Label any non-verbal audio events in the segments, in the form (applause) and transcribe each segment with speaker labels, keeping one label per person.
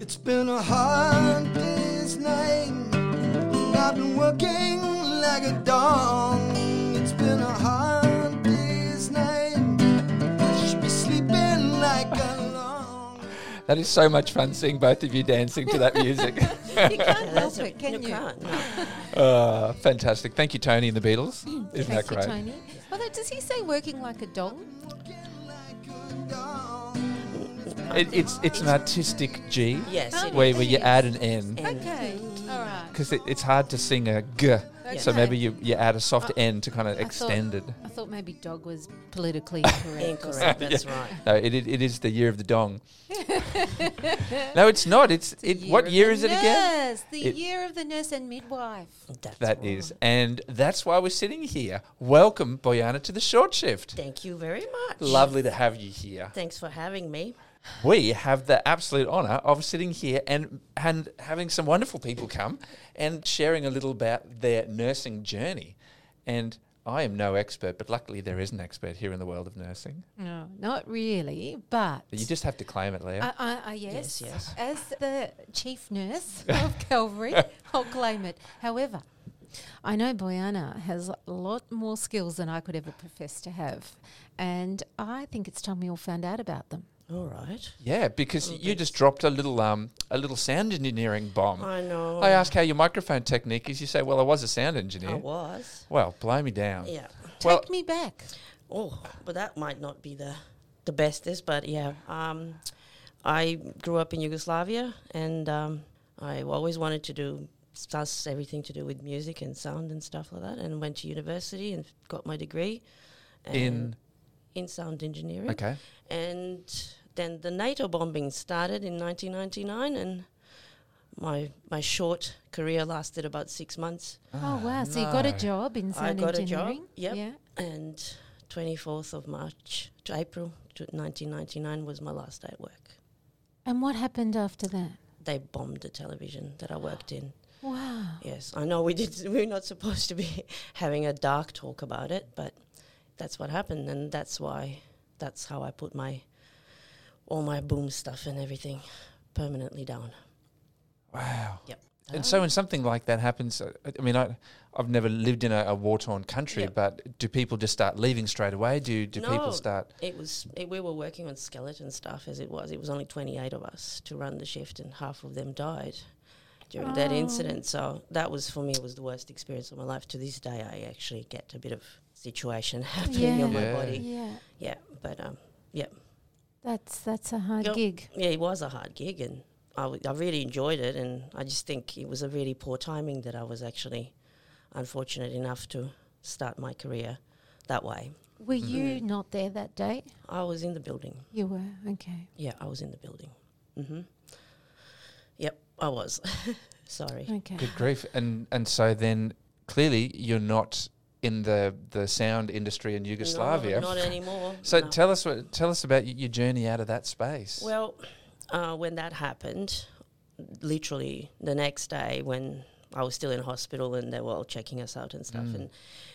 Speaker 1: It's been a hard day's night. I've been working like a dog. It's been a hard day's night. I should be sleeping like a long.
Speaker 2: That is so much fun seeing both of you dancing to that music.
Speaker 3: You (laughs) can't help it, can you?
Speaker 4: can't.
Speaker 2: uh, fantastic. Thank you, Tony and the Beatles. Isn't that
Speaker 3: Thank you,
Speaker 2: great?
Speaker 3: Tony. Although, does he say working like a dog?
Speaker 2: It, it's it's an artistic G
Speaker 4: Yes, it
Speaker 2: where,
Speaker 4: is.
Speaker 2: where you add an N
Speaker 4: And
Speaker 3: Okay, all right.
Speaker 2: because it, it's hard to sing a G. So
Speaker 3: Okay.
Speaker 2: maybe you, you add a soft N to kind of
Speaker 3: I thought-
Speaker 2: extend it.
Speaker 3: I thought maybe dog was politically (laughs) incorrect. or
Speaker 2: (laughs)
Speaker 4: Incorrect, that's right.
Speaker 2: No, it, it, it is the year of the dong. no, it's not. It's,
Speaker 3: something.
Speaker 2: it. What
Speaker 3: of
Speaker 2: year
Speaker 3: the
Speaker 2: is it again?
Speaker 3: Nurse, the
Speaker 2: It-
Speaker 3: year of the nurse and midwife.
Speaker 4: That's
Speaker 2: That
Speaker 4: right.
Speaker 2: is, and that's why we're sitting here. Welcome, Boyana, to the short shift.
Speaker 4: Thank you very much.
Speaker 2: Lovely to have you here.
Speaker 4: Thanks for having me.
Speaker 2: We have the absolute honour of sitting here and and having some wonderful people come and sharing a little about their nursing journey. And I am no expert, but luckily there is an expert here in the world of nursing.
Speaker 3: No, not really, but.
Speaker 2: You just have to claim it,
Speaker 4: Uh,
Speaker 2: Leah.
Speaker 3: I, I, I, yes,
Speaker 4: Yes, yes.
Speaker 3: As the
Speaker 2: (laughs)
Speaker 3: chief nurse of Calvary, I'll claim it. However, I know Boyana has a lot more skills than I could ever profess to have, and I think it's time we all found out about them.
Speaker 4: All right.
Speaker 2: yeah,
Speaker 4: oh,
Speaker 2: because you just dropped a little um a little sound engineering bomb.
Speaker 4: I know.
Speaker 2: I ask how your microphone technique is. You say, "Well, I was a sound engineer."
Speaker 4: I was.
Speaker 2: Well, blow me down.
Speaker 4: Yeah.
Speaker 2: Well,
Speaker 3: Take me back.
Speaker 4: Oh, but that might not be the the bestest, but yeah. Um, I grew up in Yugoslavia, and um, I always wanted to do stuff, everything to do with music and sound and stuff like that, and went to university and got my degree and
Speaker 2: in
Speaker 4: in sound engineering.
Speaker 2: okay,
Speaker 4: And then the NATO bombing started in 1999, and my my short career lasted about six months.
Speaker 3: Oh wow! So you got a
Speaker 2: no.
Speaker 3: job in
Speaker 4: Ah, I
Speaker 3: sound
Speaker 4: got a job.
Speaker 3: engineering?
Speaker 4: Yep.
Speaker 3: Yeah.
Speaker 4: And 24th of March to April to 1999 was my last day at work.
Speaker 3: And what happened after that?
Speaker 4: They bombed the television that I worked in.
Speaker 3: Wow.
Speaker 4: Yes, I know we did. (laughs) We're not supposed to be (laughs) having a dark talk about it, but that's what happened, and that's why. That's how I put my all my boom stuff and everything permanently down.
Speaker 2: wow.
Speaker 4: Yep. Um,
Speaker 2: And so, when something like that happens, uh, I mean, I, I've never lived in a, a war-torn country,
Speaker 4: Yep.
Speaker 2: but do people just start leaving straight away? Do do
Speaker 4: No.
Speaker 2: people
Speaker 4: (sighs)
Speaker 2: start?
Speaker 4: It was it, we were working on skeleton stuff as it was. It was only twenty eight of us to run the shift, and half of them died during that
Speaker 3: Oh.
Speaker 4: incident. So that was for me was the worst experience of my life. To this day, I actually get a bit of situation (laughs) happening on my
Speaker 2: Yeah.
Speaker 4: body.
Speaker 3: Yeah.
Speaker 4: Yeah, but um, yeah,
Speaker 3: That's that's a hard
Speaker 4: Yep.
Speaker 3: gig.
Speaker 4: yeah, it was a hard gig, and I, w- I really enjoyed it, and I just think it was a really poor timing that I was actually unfortunate enough to start my career that way.
Speaker 3: Were
Speaker 4: Mm-hmm.
Speaker 3: you not there that day?
Speaker 4: I was in the building.
Speaker 3: You were. Okay.
Speaker 4: Yeah, I was in the building. hmm Yep, I was. (laughs) Sorry.
Speaker 3: Okay.
Speaker 2: Good grief! And and so then, clearly, you're not in the the sound industry in Yugoslavia.
Speaker 4: No, not anymore.
Speaker 2: so
Speaker 4: no.
Speaker 2: tell us what tell us about y- your journey out of that space. (laughs)
Speaker 4: well, uh, when that happened, literally the next day when I was still in hospital and they were all checking us out and stuff and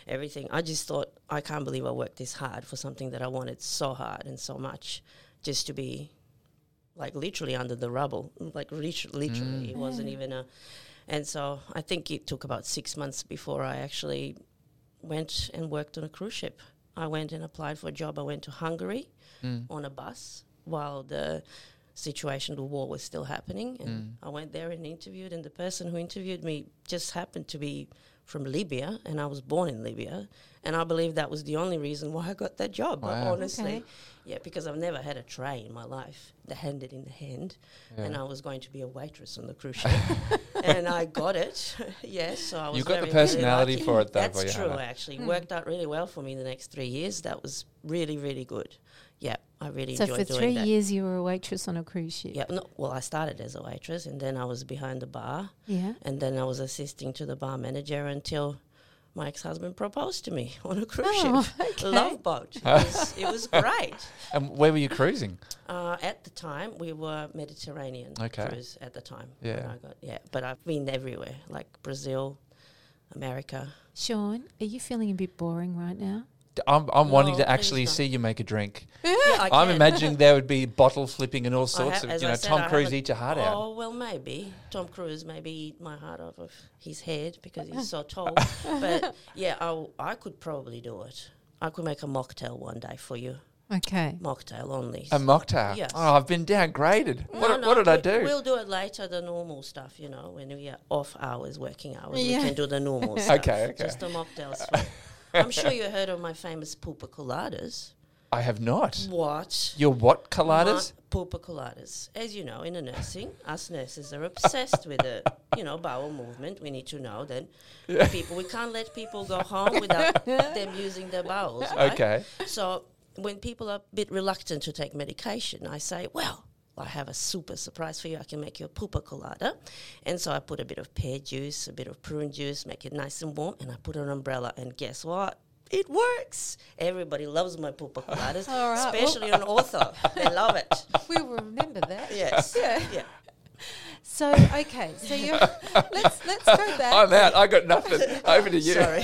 Speaker 4: everything, I just thought, I can't believe I worked this hard for something that I wanted so hard and so much just to be like literally under the rubble. Like lit- literally, it wasn't even a. And so I think it took about six months before I actually went and worked on a cruise ship. I went and applied for a job. I went to Hungary
Speaker 2: Mm.
Speaker 4: on a bus while the situation, the war was still happening. And
Speaker 2: Mm.
Speaker 4: I went there and interviewed, and the person who interviewed me just happened to be from Libya, and I was born in Libya. And I believe that was the only reason why I got that job,
Speaker 2: Wow.
Speaker 4: honestly.
Speaker 3: Okay.
Speaker 4: Yeah, because I've never had a tray in my life, the handed in the hand, and I was going to be a waitress on the cruise
Speaker 2: (laughs)
Speaker 4: ship, and I got it. (laughs) yes, so I was.
Speaker 2: You've got the
Speaker 4: very, very
Speaker 2: personality
Speaker 4: lucky.
Speaker 2: for it, though,
Speaker 4: That's
Speaker 2: Boyana.
Speaker 4: true. Actually,
Speaker 3: Hmm.
Speaker 4: worked out really well for me the next three years. That was really, really good. Yeah, I really
Speaker 3: So
Speaker 4: enjoyed
Speaker 3: for
Speaker 4: doing
Speaker 3: three
Speaker 4: that.
Speaker 3: years, you were a waitress on a cruise ship.
Speaker 4: Yeah, no, well, I started as a waitress, and then I was behind the bar,
Speaker 3: Yeah.
Speaker 4: and then I was assisting to the bar manager until. My ex-husband proposed to me (laughs) on a cruise
Speaker 3: Oh,
Speaker 4: ship,
Speaker 3: okay.
Speaker 4: love
Speaker 3: (laughs)
Speaker 4: boat. It was, it was great.
Speaker 2: and where were you cruising?
Speaker 4: Uh, at the time, we were Mediterranean
Speaker 2: Okay.
Speaker 4: cruise at the time.
Speaker 2: Yeah.
Speaker 4: when I got, yeah. But I've been everywhere, like Brazil, America.
Speaker 3: (laughs) Sean, are you feeling a bit boring right now?
Speaker 2: D- I'm, I'm wanting
Speaker 4: No,
Speaker 2: to
Speaker 4: please
Speaker 2: actually
Speaker 4: don't.
Speaker 2: see you make a drink.
Speaker 4: Yeah, I
Speaker 2: I'm
Speaker 4: can.
Speaker 2: imagining there would be bottle flipping and all
Speaker 4: I
Speaker 2: sorts
Speaker 4: ha-
Speaker 2: of,
Speaker 4: as
Speaker 2: you
Speaker 4: I
Speaker 2: know,
Speaker 4: said,
Speaker 2: Tom
Speaker 4: I
Speaker 2: Cruise
Speaker 4: haven't-
Speaker 2: eat your heart out.
Speaker 4: Oh well, maybe Tom Cruise maybe eat my heart out of his head because he's
Speaker 2: (laughs)
Speaker 4: so tall. but yeah, I I could probably do it. I could make a mocktail one day for you.
Speaker 3: (laughs) Okay.
Speaker 4: Mocktail only.
Speaker 2: A mocktail.
Speaker 4: Yes.
Speaker 2: Oh, I've been downgraded. what,
Speaker 4: No,
Speaker 2: what
Speaker 4: no,
Speaker 2: did I
Speaker 4: we-
Speaker 2: do?
Speaker 4: We'll do it later, the normal stuff, you know, when we are off hours, working hours.
Speaker 3: Yeah.
Speaker 4: We can do the normal stuff.
Speaker 2: (laughs) Okay, okay.
Speaker 4: Just the mocktails. for- I'm sure you heard of my famous pulpa coladas.
Speaker 2: I have not.
Speaker 4: What?
Speaker 2: Your what coladas?
Speaker 4: My Pulpa coladas. As you know, in the nursing, us nurses are obsessed with the, you know, bowel movement. We need to know that people, we can't let people go home without them using their bowels. right?
Speaker 2: Okay.
Speaker 4: So when people are a bit reluctant to take medication, I say, well, I have a super surprise for you. I can make you a pulpa colada. And so I put a bit of pear juice, a bit of prune juice, make it nice and warm, and I put an umbrella. And guess what? It works. Everybody loves my pulpa
Speaker 3: (laughs)
Speaker 4: coladas,
Speaker 3: All right, well-
Speaker 4: especially
Speaker 3: (laughs)
Speaker 4: on ortho. They love it.
Speaker 3: We'll remember that.
Speaker 4: Yes.
Speaker 3: Yeah.
Speaker 4: Yeah.
Speaker 3: So okay. So
Speaker 4: (laughs)
Speaker 3: you let's let's go back.
Speaker 2: I'm out. I got nothing. Over to you.
Speaker 4: Sorry.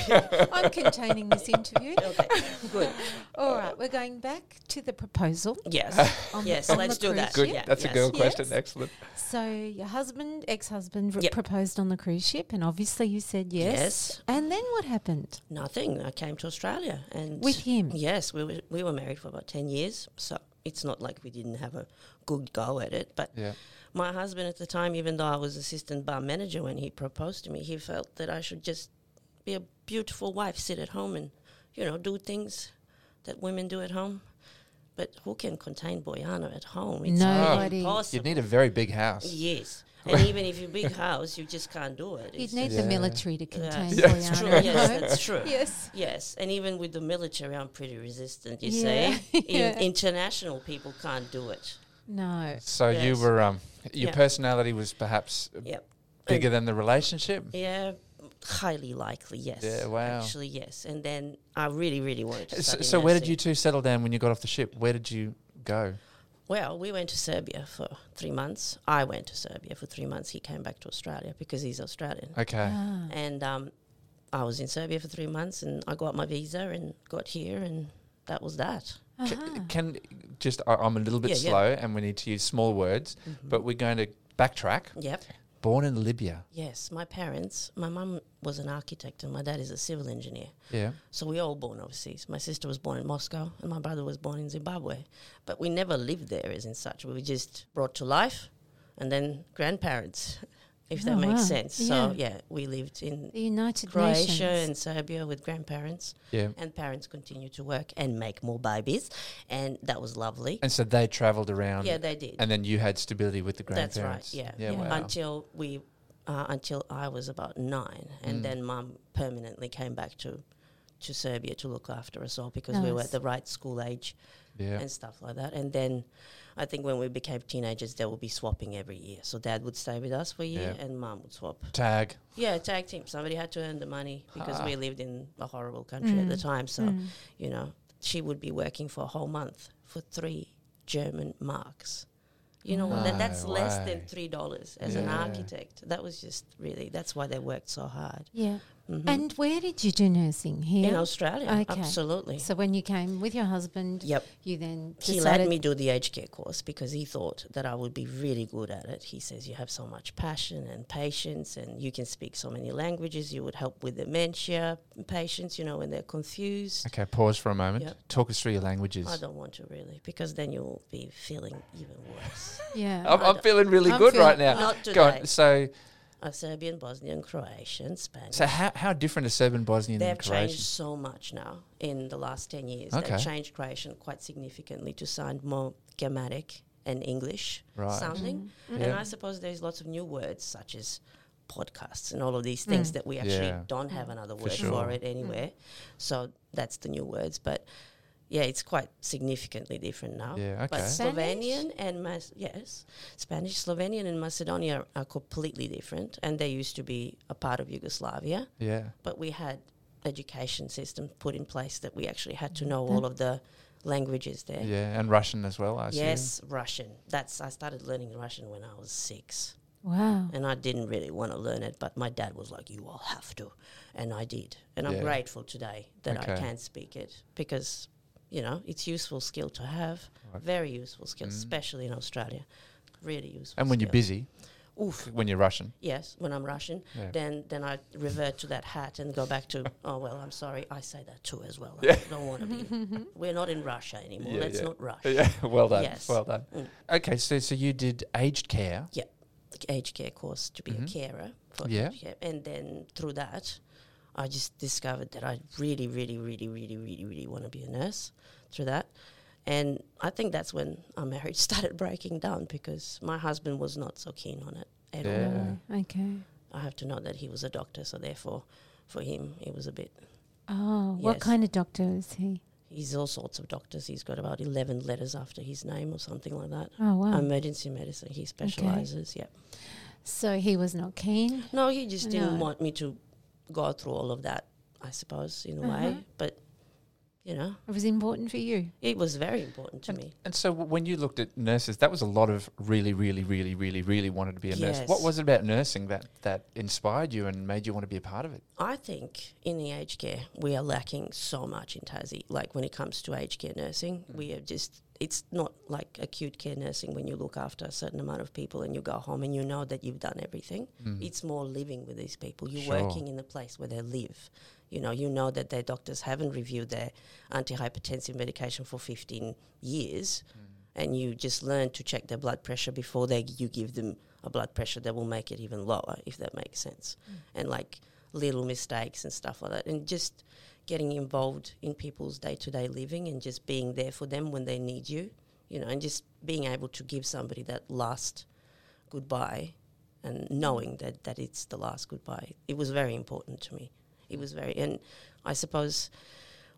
Speaker 3: I'm containing this interview.
Speaker 4: Okay. Good.
Speaker 3: All right, we're going back to the proposal. (laughs)
Speaker 4: Yes.
Speaker 3: On the-
Speaker 4: yes.
Speaker 3: on
Speaker 4: Let's
Speaker 3: the
Speaker 4: do that.
Speaker 3: cruise
Speaker 2: Good.
Speaker 4: Yeah,
Speaker 2: That's a
Speaker 4: yes.
Speaker 2: girl
Speaker 3: yes.
Speaker 2: question. Excellent.
Speaker 3: So your husband, ex-husband, r-
Speaker 4: Yep.
Speaker 3: proposed on the cruise ship, and obviously you said yes.
Speaker 4: Yes.
Speaker 3: And then what happened?
Speaker 4: Nothing. I came to Australia and
Speaker 3: With him?
Speaker 4: Yes, we were we were married for about ten years, so it's not like we didn't have a good go at it. But
Speaker 2: Yeah.
Speaker 4: my husband at the time, even though I was assistant bar manager when he proposed to me, he felt that I should just be a beautiful wife, sit at home, and you know do things that women do at home. But who can contain Boyana at home? It's
Speaker 3: Nobody.
Speaker 2: You'd
Speaker 4: impossible.
Speaker 2: need a very big house.
Speaker 4: (laughs) Yes, and even if you're big house, you just can't do it.
Speaker 3: You'd
Speaker 4: It's
Speaker 3: need
Speaker 4: just-
Speaker 3: the
Speaker 2: Yeah.
Speaker 3: military to
Speaker 4: Yeah,
Speaker 3: contain
Speaker 4: that's
Speaker 3: Boyana.
Speaker 4: true.
Speaker 3: no?
Speaker 4: Yes, that's true.
Speaker 3: (laughs) Yes.
Speaker 4: Yes, and even with the military, I'm pretty resistant. You
Speaker 3: Yeah, (laughs)
Speaker 4: see, Even
Speaker 3: yeah.
Speaker 4: international people can't do it.
Speaker 3: No.
Speaker 2: So you
Speaker 4: Yes.
Speaker 2: were, um, your
Speaker 4: Yeah.
Speaker 2: personality was perhaps
Speaker 4: Yep.
Speaker 2: bigger than the relationship.
Speaker 4: Yeah, highly likely. Yes.
Speaker 2: Yeah, wow.
Speaker 4: Actually, yes. And then I really, really wanted to.
Speaker 2: So,
Speaker 4: study
Speaker 2: so where did
Speaker 4: nursing.
Speaker 2: you two settle down when you got off the ship? Where did you go?
Speaker 4: Well, we went to Serbia for three months. I went to Serbia for three months. He came back to Australia because he's Australian.
Speaker 2: Okay.
Speaker 3: Ah.
Speaker 4: And um, I was in Serbia for three months, and I got my visa and got here, and that was that.
Speaker 2: C-
Speaker 3: Uh-huh.
Speaker 2: Can just I, I'm a little bit
Speaker 4: Yeah, Mm-hmm. yeah.
Speaker 2: slow, and we need to use small words, but we're going to backtrack.
Speaker 4: Yep.
Speaker 2: Born in Libya.
Speaker 4: Yes, my parents. My mum was an architect, and my dad is a civil engineer.
Speaker 2: Yeah.
Speaker 4: So we all born overseas. My sister was born in Moscow, and my brother was born in Zimbabwe. But we never lived there, as in such. We were just brought to life, and then grandparents, (laughs) if that
Speaker 3: Oh,
Speaker 4: makes
Speaker 3: wow.
Speaker 4: sense. So yeah, we lived in
Speaker 3: The United
Speaker 4: Croatia
Speaker 3: Nations.
Speaker 4: and Serbia with grandparents,
Speaker 2: Yeah.
Speaker 4: and parents continued to work and make more babies, and that was lovely.
Speaker 2: And so they travelled around.
Speaker 4: yeah, they did.
Speaker 2: And then you had stability with the
Speaker 4: That's
Speaker 2: grandparents.
Speaker 4: right. Yeah.
Speaker 2: Yeah. Wow.
Speaker 4: Until we, uh, until I was about nine, and
Speaker 2: Mm.
Speaker 4: then Mum permanently came back to, to Serbia to look after us all because we were
Speaker 3: Nice.
Speaker 4: at the right school age
Speaker 2: yeah.
Speaker 4: and stuff like that. And then, I think when we became teenagers, they would be swapping every year. So Dad would stay with us for a year,
Speaker 2: Yeah.
Speaker 4: and Mum would swap.
Speaker 2: Tag.
Speaker 4: Yeah, tag team. Somebody had to earn the money because
Speaker 2: Ah. Mm.
Speaker 4: we lived in a horrible country at the time. So you know, she would be working for a whole month for three German marks. You know, that, that's
Speaker 2: No
Speaker 4: less
Speaker 2: way.
Speaker 4: than three dollars as an
Speaker 2: Yeah.
Speaker 4: architect. That was just really that's why they worked so hard
Speaker 3: Yeah.
Speaker 4: Mm-hmm.
Speaker 3: And where did you do nursing here?
Speaker 4: in Australia.
Speaker 3: Okay.
Speaker 4: Absolutely.
Speaker 3: So when you came with your husband,
Speaker 4: Yep.
Speaker 3: you then
Speaker 4: He
Speaker 3: decided
Speaker 4: let me do the aged care course because he thought that I would be really good at it. He says, You have so much passion and patience, and you can speak so many languages. You would help with dementia patients, you know, when they're confused.
Speaker 2: Okay. Pause for a moment.
Speaker 4: Yep.
Speaker 2: Talk us through your languages.
Speaker 4: I don't want to really, because then you'll be feeling even worse. (laughs)
Speaker 3: Yeah.
Speaker 2: I'm,
Speaker 4: I
Speaker 2: I'm
Speaker 4: don't-
Speaker 2: feeling really
Speaker 3: I'm
Speaker 2: good
Speaker 3: feeling-
Speaker 2: right now.
Speaker 4: Not
Speaker 2: Go on.
Speaker 4: today.
Speaker 2: So,
Speaker 4: A Serbian, Bosnian, Croatian, Spanish.
Speaker 2: so how, how different is Serbian, Bosnian,
Speaker 4: They've
Speaker 2: and Croatian?
Speaker 4: changed so much now in the last 10 years.
Speaker 2: Okay.
Speaker 4: They've changed Croatian quite significantly to sound more Germanic and English
Speaker 2: Right.
Speaker 4: sounding. And
Speaker 2: Yeah.
Speaker 4: I suppose there's lots of new words such as podcasts and all of these things that we actually
Speaker 2: Yeah.
Speaker 4: don't have another word for,
Speaker 2: sure.
Speaker 4: it anywhere. So that's the new words. But yeah, it's quite significantly different now.
Speaker 2: Yeah,
Speaker 4: But
Speaker 2: okay.
Speaker 3: Spanish?
Speaker 4: Slovenian and Mas- yes, Spanish, Slovenian, and Macedonia are completely different, and they used to be a part of Yugoslavia
Speaker 2: Yeah.
Speaker 4: but we had education system put in place that we actually had to know all of the languages there.
Speaker 2: Yeah. And Russian as well, I assume.
Speaker 4: Yes, Russian. That's I started learning Russian when I was six.
Speaker 3: Wow.
Speaker 4: and I didn't really want to learn it, but my dad was like, "You all have to," and I did, and I'm
Speaker 2: Yeah.
Speaker 4: grateful today that I
Speaker 2: Okay.
Speaker 4: can speak it because you know it's useful skill to have, very useful skill, especially in Australia, really useful.
Speaker 2: Mm. And when you're
Speaker 4: skill.
Speaker 2: busy,
Speaker 4: oof,
Speaker 2: when you're Russian,
Speaker 4: yes, when I'm Russian,
Speaker 2: Yeah.
Speaker 4: then then I revert to that hat and go back
Speaker 2: (laughs)
Speaker 4: to, oh well, I'm sorry, I say that too as well. I don't want to be. We're not in Russia anymore.
Speaker 2: Yeah,
Speaker 4: Let's
Speaker 2: yeah.
Speaker 4: not
Speaker 2: (laughs)
Speaker 4: rush.
Speaker 2: yeah, well done,
Speaker 4: Yes.
Speaker 2: well done.
Speaker 4: Mm.
Speaker 2: Okay, so so you did aged care.
Speaker 4: yeah, aged care course to be a carer for
Speaker 2: Mm-hmm. Yeah.
Speaker 4: aged care. And then through that, I just discovered that I really, really, really, really, really, really want to be a nurse through that. And I think that's when our marriage (laughs) started breaking down because my husband was not so keen on it at all.
Speaker 2: Yeah.
Speaker 3: No, Okay.
Speaker 4: I have to know that he was a doctor, so therefore, for him, it was a bit.
Speaker 3: Oh, what
Speaker 4: Yes.
Speaker 3: kind of doctor is he?
Speaker 4: He's all sorts of doctors. He's got about 11 letters after his name or something like that.
Speaker 3: Oh, wow.
Speaker 4: Emergency medicine, he specializes, yeah.
Speaker 3: so he was not keen.
Speaker 4: No, he just didn't
Speaker 3: No.
Speaker 4: want me to go through all of that, I suppose, in a way.
Speaker 3: Uh-huh.
Speaker 4: But, you know,
Speaker 3: It was important for you.
Speaker 4: it was very important to me.
Speaker 2: And so w- when you looked at nurses, that was a lot of really, really, really, really, really wanted to be a nurse. What
Speaker 4: Yes.
Speaker 2: was it about nursing that that inspired you and made you want to be a part of it?
Speaker 4: I think in the aged care, we are lacking so much in Tassie. Like when it comes to aged care nursing, we are just, it's not like acute care nursing when you look after a certain amount of people and you go home and you know that you've done everything.
Speaker 2: Mm.
Speaker 4: It's more living with these people. You're
Speaker 2: Sure.
Speaker 4: working in the place where they live. You know, you know that their doctors haven't reviewed their antihypertensive medication for 15 years. And you just learn to check their blood pressure before they you give them a blood pressure that will make it even lower, if that makes sense. And like little mistakes and stuff like that. And just getting involved in people's day to day living and just being there for them when they need you, you know, and just being able to give somebody that last goodbye and knowing that, that it's the last goodbye. It was very important to me. It was very, and I suppose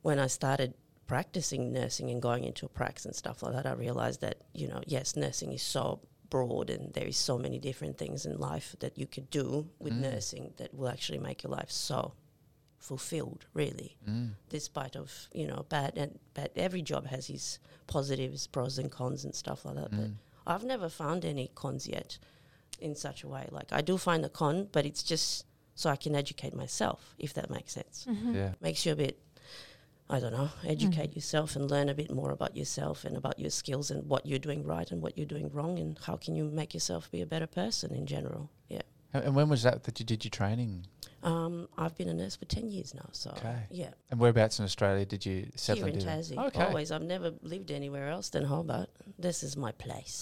Speaker 4: when I started practicing nursing and going into a practice and stuff like that, I realized that, you know, yes, nursing is so broad and there is so many different things in life that you could do with nursing that will actually make your life so fulfilled really despite of you know bad and bad every job has its positives pros and cons and stuff like that
Speaker 2: Mm.
Speaker 4: but i've never found any cons yet in such a way like i do find a con but it's just so i can educate myself if that makes sense
Speaker 2: Yeah.
Speaker 4: makes you a bit i don't know educate
Speaker 2: Mm.
Speaker 4: yourself and learn a bit more about yourself and about your skills and what you're doing right and what you're doing wrong and how can you make yourself be a better person in general yeah
Speaker 2: A- And when was that that you did your training?
Speaker 4: um, I've been a nurse for 10 years now, so
Speaker 2: Okay.
Speaker 4: yeah.
Speaker 2: And whereabouts in Australia did you settle
Speaker 4: Here in
Speaker 2: and do that?
Speaker 4: Tassie,
Speaker 2: Okay.
Speaker 4: always. I've never lived anywhere else than Hobart. This is my
Speaker 2: (laughs)
Speaker 4: place.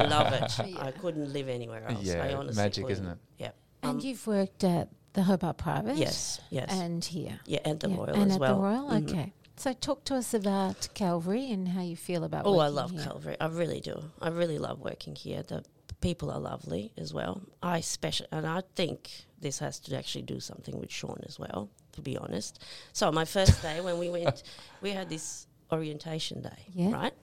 Speaker 4: I love it. I couldn't live anywhere else. I
Speaker 2: Yeah,
Speaker 4: honestly
Speaker 2: magic, isn't
Speaker 4: couldn't. Yeah.
Speaker 3: and you've worked at the Hobart Private?
Speaker 4: Yes, yes.
Speaker 3: And here.
Speaker 4: yeah, and the
Speaker 3: Yeah,
Speaker 4: Royal
Speaker 3: and
Speaker 4: as
Speaker 3: at
Speaker 4: well.
Speaker 3: the Royal?
Speaker 4: Mm.
Speaker 3: Okay. So talk to us about Calvary and how you feel about
Speaker 4: Oh, I
Speaker 3: working
Speaker 4: love
Speaker 3: here.
Speaker 4: Calvary. I really do. I really love working here. The people are lovely as well. I special, and I think this has to actually do something with Sean as well. To be honest, so my
Speaker 3: (laughs)
Speaker 4: first day when we went, we had this orientation day,
Speaker 3: Yeah.
Speaker 4: right?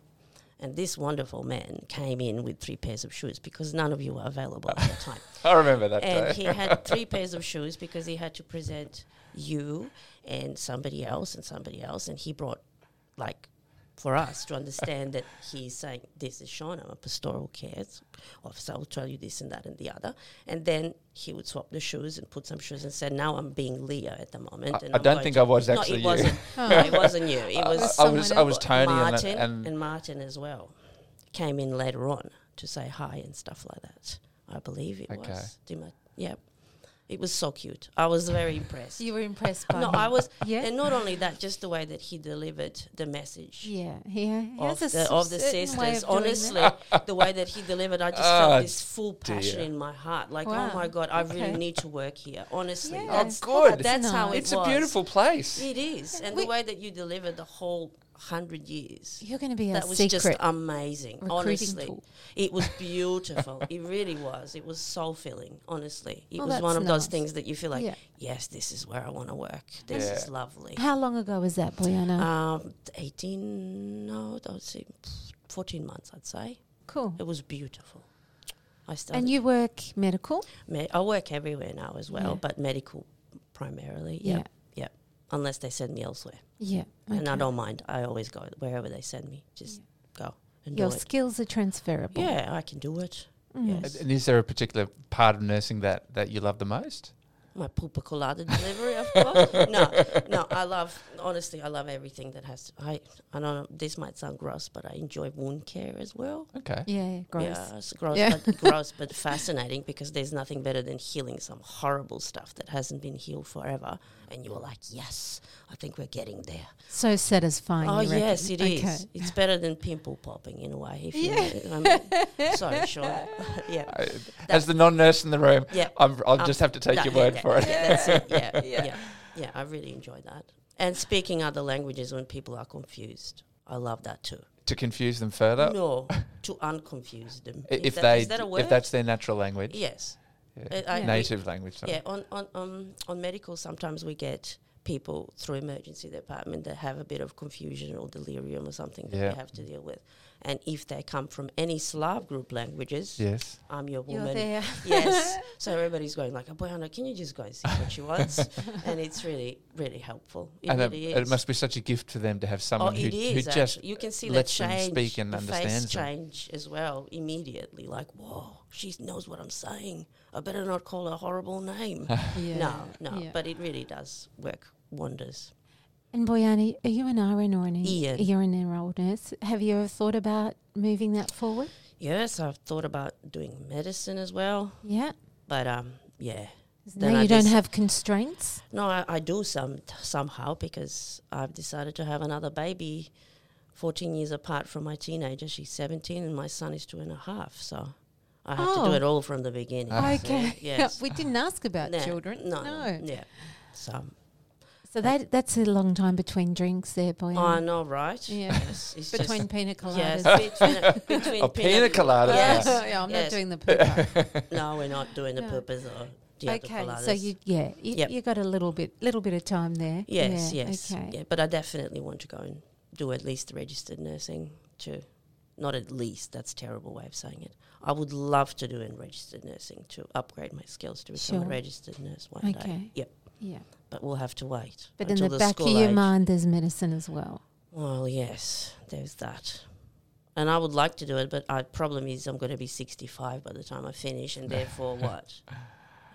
Speaker 4: And this wonderful man came in with three pairs of shoes because none of you were available at the time
Speaker 2: I remember that day.
Speaker 4: and he
Speaker 2: (laughs)
Speaker 4: had three pairs of shoes because he had to present you and somebody else and somebody else and he brought like for us to understand that he's saying this is Sean I'm a pastoral care officer I'll tell you this and that and the other and then he would swap the shoes and put some shoes and said now I'm being Leah at the moment
Speaker 2: I-
Speaker 4: and
Speaker 2: I
Speaker 4: I'm
Speaker 2: don't
Speaker 4: going
Speaker 2: think
Speaker 4: to-"
Speaker 2: I was
Speaker 4: No,
Speaker 2: actually
Speaker 4: it
Speaker 2: you. (laughs)
Speaker 4: wasn't no it wasn't you it was
Speaker 2: I was I
Speaker 3: someone
Speaker 2: was
Speaker 3: else.
Speaker 2: Tony and,
Speaker 4: Martin
Speaker 2: that- and
Speaker 4: Martin as well came in later on to say hi and stuff like that. I believe it
Speaker 2: Okay.
Speaker 4: was. Do my, yep. It was so cute. I was very impressed.
Speaker 3: You were impressed by
Speaker 4: (laughs) no,
Speaker 3: him.
Speaker 4: I was,
Speaker 3: (laughs) Yeah.
Speaker 4: and not only that, just the way that he delivered the message
Speaker 3: Yeah, he, he
Speaker 4: of
Speaker 3: has a
Speaker 4: the, of the
Speaker 3: certain way
Speaker 4: sisters.
Speaker 3: of doing it.
Speaker 4: Honestly, (laughs) the way that he delivered, I just
Speaker 2: Ah,
Speaker 4: felt this full passion
Speaker 2: dear.
Speaker 4: in my heart. Like,
Speaker 3: Wow.
Speaker 4: oh my god, I really
Speaker 3: Okay.
Speaker 4: need to work here. Honestly,
Speaker 3: Yeah.
Speaker 4: that's,
Speaker 2: Oh, good.
Speaker 4: That's how it
Speaker 2: it's a
Speaker 4: was.
Speaker 2: beautiful place.
Speaker 4: It is, and
Speaker 3: We-
Speaker 4: the way that you delivered the whole hundred years
Speaker 3: You're going to be
Speaker 4: that
Speaker 3: a
Speaker 4: was
Speaker 3: secret.
Speaker 4: just amazing.
Speaker 3: recruiting
Speaker 4: Honestly,
Speaker 3: tool.
Speaker 4: it was beautiful. it really was. It was soul filling. Honestly, it
Speaker 3: Well,
Speaker 4: was one
Speaker 3: Oh, that's
Speaker 4: of those
Speaker 3: nice.
Speaker 4: things that you feel like,
Speaker 3: Yeah.
Speaker 4: yes, this is where I want to work. This
Speaker 2: Yeah.
Speaker 4: is lovely.
Speaker 3: how long ago was that, Boyana?
Speaker 4: Um, eighteen, no, I would say fourteen months. I'd say
Speaker 3: cool.
Speaker 4: it was beautiful. I started.
Speaker 3: And you work medical?
Speaker 4: me- I work everywhere now as well,
Speaker 3: Yeah.
Speaker 4: but medical primarily.
Speaker 3: Yeah.
Speaker 4: Yeah, yeah. Unless they send me elsewhere,
Speaker 3: Yeah.
Speaker 4: and I
Speaker 3: okay.
Speaker 4: don't mind. I always go wherever they send me. Just go and
Speaker 3: Your
Speaker 4: do it.
Speaker 3: skills are transferable. Mm.
Speaker 4: Yeah, I can do it. Yes.
Speaker 2: And is there a particular part of nursing that, that you love the most?
Speaker 4: my pulpa colada delivery, of course.
Speaker 3: (laughs)
Speaker 4: No, no, I love, honestly, I love everything that has to, I, I don't know, this might sound gross, but I enjoy wound care as well.
Speaker 2: Okay.
Speaker 3: Yeah, gross.
Speaker 4: Yeah, it's gross,
Speaker 3: Yeah. (laughs)
Speaker 4: but gross, but fascinating because there's nothing better than healing some horrible stuff that hasn't been healed forever. And you were like, yes, I think we're getting there.
Speaker 3: So satisfying.
Speaker 4: oh,
Speaker 3: you reckon?
Speaker 4: yes, it is.
Speaker 3: Okay.
Speaker 4: It's better than pimple popping in a way. If you know,
Speaker 3: (laughs)
Speaker 4: I'm sorry, Sean. (laughs) yeah.
Speaker 2: I- As the non nurse in the room,
Speaker 4: Yeah.
Speaker 2: I'm, I'll
Speaker 4: Um,
Speaker 2: just have to take
Speaker 4: no,
Speaker 2: your
Speaker 4: yeah,
Speaker 2: word
Speaker 4: (laughs) yeah,
Speaker 2: for it.
Speaker 4: Yeah, that's it.
Speaker 2: (laughs)
Speaker 4: Yeah, yeah, yeah. I really enjoy that. And speaking other languages when people are confused, I love that too.
Speaker 2: To confuse them further,
Speaker 4: no, to unconfuse them.
Speaker 2: i- if,
Speaker 4: that-
Speaker 2: they
Speaker 4: is that a word?
Speaker 2: if that's their natural language,
Speaker 4: yes,
Speaker 2: Yeah.
Speaker 4: Uh, I- we-
Speaker 2: native language. sorry.
Speaker 4: yeah. On on um, on medical, sometimes we get people through emergency department that have a bit of confusion or delirium or something that
Speaker 2: Yeah.
Speaker 4: they have to deal with. And if they come from any Slav group languages,
Speaker 2: Yes.
Speaker 4: I'm your
Speaker 3: You're
Speaker 4: woman.
Speaker 3: there.
Speaker 4: yes. (laughs) So everybody's going like, Abuana, can you just go and see what she (laughs) wants? and it's really, really helpful. It
Speaker 2: and
Speaker 4: really
Speaker 2: it,
Speaker 4: is.
Speaker 2: it must be such a gift to them to have
Speaker 4: Oh,
Speaker 2: someone who,
Speaker 4: it
Speaker 2: who
Speaker 4: is.
Speaker 2: just
Speaker 4: actually. you can see that
Speaker 2: lets them
Speaker 4: change.
Speaker 2: speak and
Speaker 4: the
Speaker 2: understands
Speaker 4: face
Speaker 2: them.
Speaker 4: change as well immediately. Like, whoa, she knows what I'm saying. I better not call her a horrible
Speaker 2: (laughs)
Speaker 4: name.
Speaker 3: (laughs) Yeah.
Speaker 4: No, no.
Speaker 3: Yeah.
Speaker 4: But it really does work wonders.
Speaker 3: And Boyani, are you an RN or an E-
Speaker 4: EN.
Speaker 3: You're an enrolled nurse. Have you ever thought about moving that forward?
Speaker 4: Yes, I've thought about doing medicine as well,
Speaker 3: Yeah.
Speaker 4: but um, yeah. Then
Speaker 3: No,
Speaker 4: I
Speaker 3: you don't
Speaker 4: dec-
Speaker 3: have constraints.
Speaker 4: No, I, I do some somehow because I've decided to have another baby, fourteen years apart from my teenager. She's seventeen, and my son is two and a half. So I have to
Speaker 3: Oh. Ah.
Speaker 4: do it all from the beginning. so,
Speaker 3: okay. (laughs)
Speaker 4: yes.
Speaker 3: we didn't ask about
Speaker 4: No,
Speaker 3: children.
Speaker 4: No, no. Yeah. So
Speaker 3: So that that's a long time between drinks there, Boyani.
Speaker 4: I know, right? (laughs)
Speaker 3: Yeah. (laughs)
Speaker 4: Yes. It's just-
Speaker 3: between pina
Speaker 4: (laughs)
Speaker 3: coladas. (laughs)
Speaker 4: Yes, between, a- between
Speaker 2: A pina colada.
Speaker 4: Yes.
Speaker 3: yeah, I'm
Speaker 4: yes.
Speaker 3: not doing the pooper.
Speaker 4: (laughs) No, we're not doing the
Speaker 3: No.
Speaker 4: purpose or the other
Speaker 3: okay, so
Speaker 4: coladas.
Speaker 3: you yeah, you,
Speaker 4: Yep.
Speaker 3: you got a little bit little bit of time there.
Speaker 4: Yes,
Speaker 3: Yeah,
Speaker 4: yes.
Speaker 3: Okay.
Speaker 4: Yeah, but I definitely want to go and do at least registered nursing too. Not at least, that's a terrible way of saying it. I would love to do in registered nursing to upgrade my skills to become
Speaker 3: Sure.
Speaker 4: a registered nurse one
Speaker 3: Okay.
Speaker 4: day. Yep,
Speaker 3: Yeah.
Speaker 4: but we'll have to wait.
Speaker 3: But
Speaker 4: until
Speaker 3: in the, back of
Speaker 4: school
Speaker 3: your
Speaker 4: age.
Speaker 3: mind there's medicine as well.
Speaker 4: Well, yes, there's that. And I would like to do it, but I problem is I'm going to be 65 by the time I finish, and
Speaker 3: (laughs)
Speaker 4: therefore, what?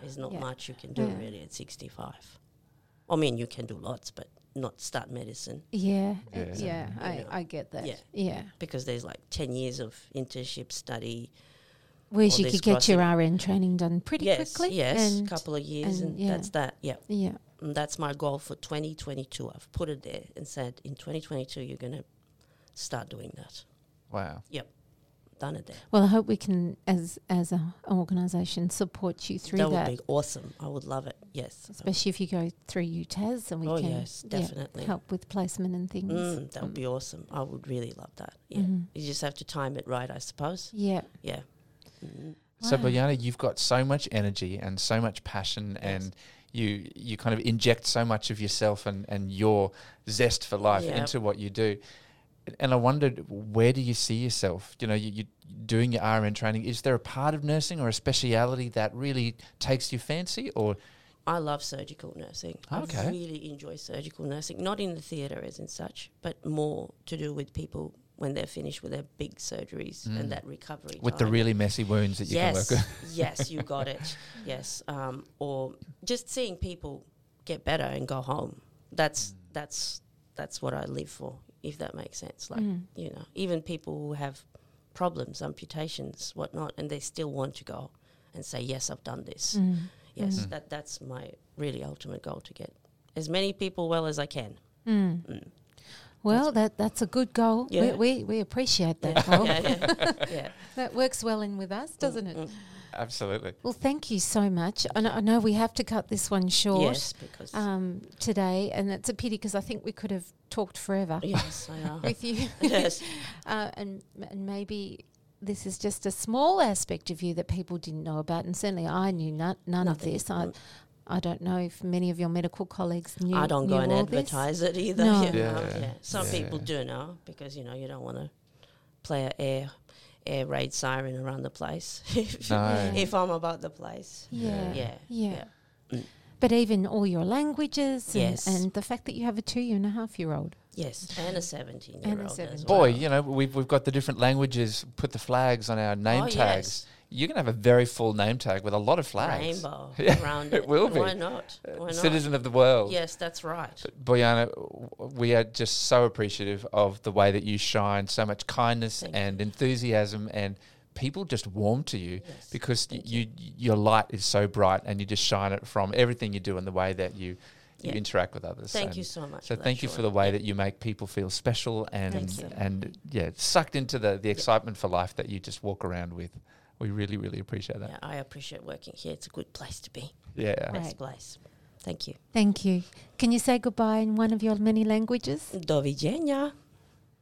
Speaker 4: There's not
Speaker 3: Yeah.
Speaker 4: much you can do
Speaker 3: Yeah.
Speaker 4: really at 65. I mean, you can do lots, but not start medicine
Speaker 3: Yeah. uh,
Speaker 2: Yeah.
Speaker 3: Yeah, I,
Speaker 4: Yeah.
Speaker 3: I get that.
Speaker 4: Yeah.
Speaker 3: yeah.
Speaker 4: because there's like 10 years of internship study.
Speaker 3: Whereas
Speaker 4: All
Speaker 3: you
Speaker 4: these
Speaker 3: could get your RN training done pretty
Speaker 4: yes,
Speaker 3: quickly.
Speaker 4: yes,
Speaker 3: and-
Speaker 4: couple of years,
Speaker 3: and
Speaker 4: and,
Speaker 3: yeah.
Speaker 4: that's that. Yeah.
Speaker 3: yeah.
Speaker 4: And that's my goal for 2022. I've put it there and said in 2022, you're going to start doing that.
Speaker 2: Wow.
Speaker 4: Done it there.
Speaker 3: Well, I hope we can, as as a- an organisation, support you through
Speaker 4: that
Speaker 3: that,
Speaker 4: would be awesome. I would love it. Yes. I would
Speaker 3: especially if you go through UTAS and we
Speaker 4: Oh,
Speaker 3: can
Speaker 4: yes,
Speaker 3: yeah,
Speaker 4: definitely.
Speaker 3: help with placement and things.
Speaker 4: Mm, that would be awesome. I would really love that. Yeah.
Speaker 3: Mhm.
Speaker 4: You just have to time it right, I suppose.
Speaker 3: Yeah.
Speaker 4: Yeah. Mm.
Speaker 2: So,
Speaker 3: Wow.
Speaker 2: Biljana, you've got so much energy and so much passion,
Speaker 4: Yes.
Speaker 2: and you you kind of inject so much of yourself and, and your zest for life
Speaker 4: Yeah.
Speaker 2: into what you do. And I wondered, where do you see yourself? You know, you, you doing your RN training. Is there a part of nursing or a speciality that really takes your fancy, or
Speaker 4: I love surgical nursing. I
Speaker 2: Okay.
Speaker 4: really enjoy surgical nursing, not in the theatre as in such, but more to do with people when they're finished with their big surgeries
Speaker 2: Mm.
Speaker 4: and that recovery.
Speaker 2: with the
Speaker 4: time.
Speaker 2: really messy wounds that you can
Speaker 4: yes,
Speaker 2: work with?
Speaker 4: (laughs) yes, you got
Speaker 2: (laughs)
Speaker 4: it. Yes, um, or just seeing people get better and go home.
Speaker 2: Mm.
Speaker 4: That's that's that's what I live for. If that makes sense, like
Speaker 3: Mm.
Speaker 4: you know, even people who have problems, amputations, whatnot, and they still want to go and say, "Yes, I've done this."
Speaker 3: Mm.
Speaker 4: Yes,
Speaker 2: Mm.
Speaker 4: that that's my really ultimate goal to get as many people well as I can.
Speaker 3: Mm.
Speaker 4: Mm.
Speaker 3: Well, that that's a good goal.
Speaker 4: Yeah.
Speaker 3: We, we, we appreciate that
Speaker 4: (laughs) Yeah,
Speaker 3: goal.
Speaker 4: yeah,
Speaker 3: (laughs)
Speaker 4: yeah, yeah.
Speaker 3: That works well in with us, Oh. doesn't it?
Speaker 4: Mm,
Speaker 2: (laughs) Absolutely.
Speaker 3: Well, thank you so much. I know, I know we have to cut this one
Speaker 4: mm.
Speaker 3: short
Speaker 4: Yes, because
Speaker 3: um, today, and it's a pity because I think we could have talked forever
Speaker 4: yes, I are.
Speaker 3: (laughs) with you.
Speaker 4: (laughs) yes,
Speaker 3: (laughs) uh, and and maybe this is just a small aspect of you that people didn't know about, and certainly I knew no, none
Speaker 4: Nothing.
Speaker 3: of this. I I don't know if many of your medical colleagues knew.
Speaker 4: I don't go
Speaker 3: knew
Speaker 4: and
Speaker 3: all this.
Speaker 4: advertise it either.
Speaker 3: No.
Speaker 4: you know,
Speaker 2: Yeah.
Speaker 4: yeah. Some
Speaker 2: Yeah.
Speaker 4: people do know because you know you don't want to play a air air raid siren around the place (laughs) if,
Speaker 2: No.
Speaker 4: if I'm about the place.
Speaker 3: Yeah.
Speaker 4: Yeah,
Speaker 3: Yeah. Mm. But even all your languages and,
Speaker 4: Yes.
Speaker 3: and the fact that you have a two year and a half year old.
Speaker 4: yes, and a seventeen
Speaker 3: And
Speaker 4: year
Speaker 3: a
Speaker 4: old as
Speaker 3: 17.
Speaker 4: well.
Speaker 2: Boy, you know, we've, we've got the different languages, put the flags on our name
Speaker 4: Oh,
Speaker 2: tags.
Speaker 4: yes.
Speaker 2: you're going to have a very full name tag with a lot of flags.
Speaker 4: rainbow
Speaker 2: (laughs) Yeah,
Speaker 4: around
Speaker 2: it will be. Uh,
Speaker 4: Why not? Why not?
Speaker 2: Citizen of the world.
Speaker 4: Yes, that's right.
Speaker 2: Boyana, w- we are just so appreciative of the way that you shine so much kindness
Speaker 4: Thank you.
Speaker 2: and enthusiasm, and people just warm to you
Speaker 4: Yes,
Speaker 2: because y you, your light is so bright, and you just shine it from everything you do and the way that you. You
Speaker 4: Yeah.
Speaker 2: interact with others.
Speaker 4: Thank you
Speaker 2: And
Speaker 4: so much
Speaker 2: So
Speaker 4: for that,
Speaker 2: thank you for
Speaker 4: Sean.
Speaker 2: the way that you make people feel special and
Speaker 4: Thank you.
Speaker 2: and yeah, sucked into the the excitement for life that you just walk around with. We really really appreciate
Speaker 4: Yeah,
Speaker 2: that.
Speaker 4: I appreciate working here. It's a good place to be.
Speaker 2: Yeah.
Speaker 4: Best
Speaker 3: Right.
Speaker 4: place. Thank you.
Speaker 3: Thank you. Can you say goodbye in one of your many languages?
Speaker 4: Do videnia.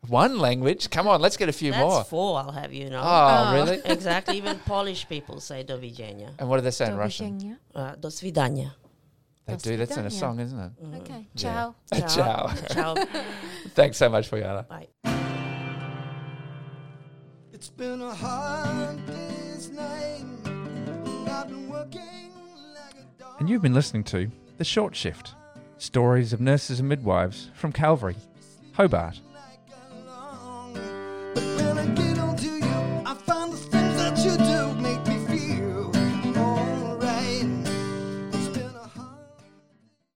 Speaker 2: One language. Come on, let's get a few
Speaker 4: That's
Speaker 2: more.
Speaker 4: four, I'll have you know.
Speaker 2: Oh,
Speaker 3: Oh.
Speaker 2: really?
Speaker 4: (laughs) Exactly. Even Polish people say do videnia.
Speaker 2: And what do they say in Russian?
Speaker 3: Dobrodzenia.
Speaker 4: Uh, do svidania.
Speaker 2: They
Speaker 3: That's
Speaker 2: do. That's in a
Speaker 3: Vidania.
Speaker 2: song, isn't it?
Speaker 3: Okay.
Speaker 2: Yeah.
Speaker 3: (laughs) Ciao.
Speaker 2: Ciao.
Speaker 4: Ciao.
Speaker 2: (laughs) Thanks so much, Boyana.
Speaker 4: Bye.
Speaker 1: It's been a hard day's night. I've been working like a dog.
Speaker 2: And you've been listening to The Short Shift Stories of Nurses and Midwives from Calvary, Hobart,